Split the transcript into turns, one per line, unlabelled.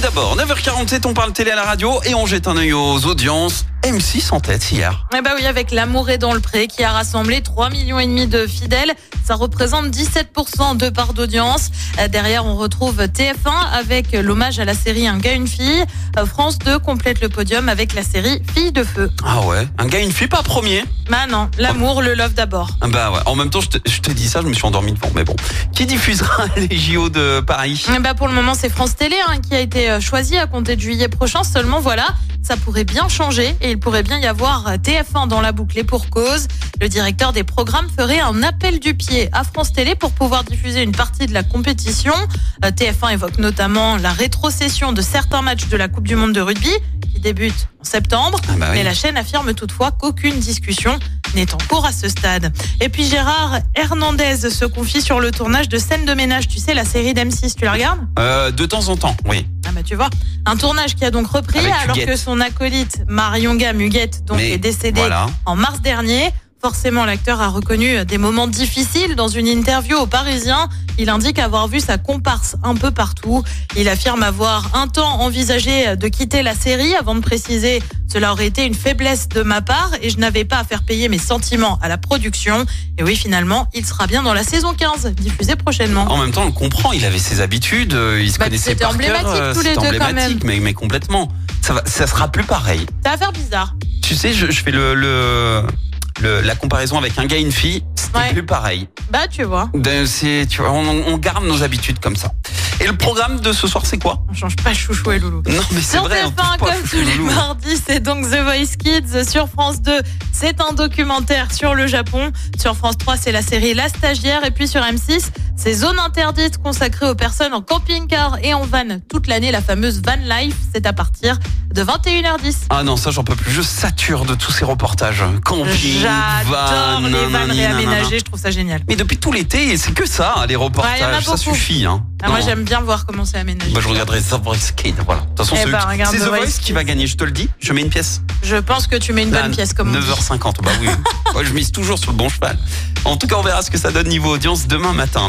d'abord, 9h47, on parle télé à la radio et on jette un œil aux audiences. M6 en tête hier.
Eh ben oui, avec L'amour est dans le pré qui a rassemblé 3,5 millions et demi de fidèles, ça représente 17% de part d'audience. Euh, Derrière, on retrouve TF1 avec l'hommage à la série Un gars une fille. Euh, France 2 complète le podium avec la série Fille de feu.
Ah ouais, un gars et une fille pas premier.
Bah non, l'amour, le love d'abord.
Ah Bah ouais, en même temps, je te, je te dis ça, je me suis endormi devant, mais bon. Qui diffusera les JO de Paris
Eh ben, pour le moment, c'est France Télé hein, qui a été euh, choisie à compter de juillet prochain. Seulement, voilà, ça pourrait bien changer et il pourrait bien y avoir euh, TF1 dans la boucle et pour cause. Le directeur des programmes ferait un appel du pied à France Télé pour pouvoir diffuser une partie de la compétition. Euh, TF1 évoque notamment la rétrocession de certains matchs de la Coupe du Monde de rugby qui débute en septembre.
Ah bah oui.
Mais la chaîne affirme toutefois qu'aucune discussion n'est en cours à ce stade. Et puis Gérard Hernandez se confie sur le tournage de Scène de ménage. Tu sais, la série d'M6, tu la regardes
Euh, De temps en temps, oui.
ah bah tu vois, un tournage qui a donc repris
Avec
alors
Huguette.
que son acolyte Marionga Muguette donc
Mais
est décédé
Voilà.
en mars dernier. Forcément, l'acteur a reconnu des moments difficiles dans une interview au Parisien. Il indique avoir vu sa comparse un peu partout. Il affirme avoir un temps envisagé de quitter la série avant de préciser cela aurait été une faiblesse de ma part et je n'avais pas à faire payer mes sentiments à la production. Et oui, finalement, il sera bien dans la saison 15, diffusée prochainement.
En même temps, on le comprend, il avait ses habitudes, euh, il se
Bah,
connaissait
c'était
par cœur.
emblématique,
euh,
tous les
c'était
deux, quand même.
emblématique, Mais, mais complètement. Ça, va, ça sera plus pareil.
Ça va faire bizarre.
Tu sais, je, je fais le, le, le- la comparaison avec un gars et une fille, c'était
Ouais.
plus pareil.
Bah, tu vois,
Ben, c'est- tu vois, on, on garde nos habitudes comme ça. Et le programme de ce soir, c'est quoi
on change pas chouchou et loulou.
Non, mais c'est
Sur
vrai. on peut
TF1,
pas
comme tous
foutre
les
le loup.
mardis, c'est donc The Voice Kids. Sur France 2, c'est un documentaire sur le Japon. Sur France 3, c'est la série La Stagiaire. Et puis sur M6, c'est Zone Interdite consacrée aux personnes en camping-car et en van toute l'année, la fameuse Van Life. C'est à partir de 21h10.
Ah non, ça j'en peux plus. Je sature de tous ces reportages. Camping, van,
J'adore les vannes
nanani, nanana.
réaménagées, je trouve ça génial.
Mais depuis tout l'été, c'est que ça, hein, les reportages.
Ouais, y en a
ça
beaucoup.
suffit. Hein.
Ah, moi,
Non.
j'aime bien voir comment c'est aménagé.
Bah, je regarderai The Voice Kid. Voilà. De toute façon,
Eh
c'est
bah,
eux qui-
regarde
c'est
The
The
Voice
Voice qui
Kids.
va gagner. Je te le dis. Je mets une pièce.
Je pense que tu mets une bonne
Là,
pièce comme on dit.
9h50. Bah oui. Moi, je mise toujours sur le bon cheval. En tout cas, on verra ce que ça donne niveau audience demain matin.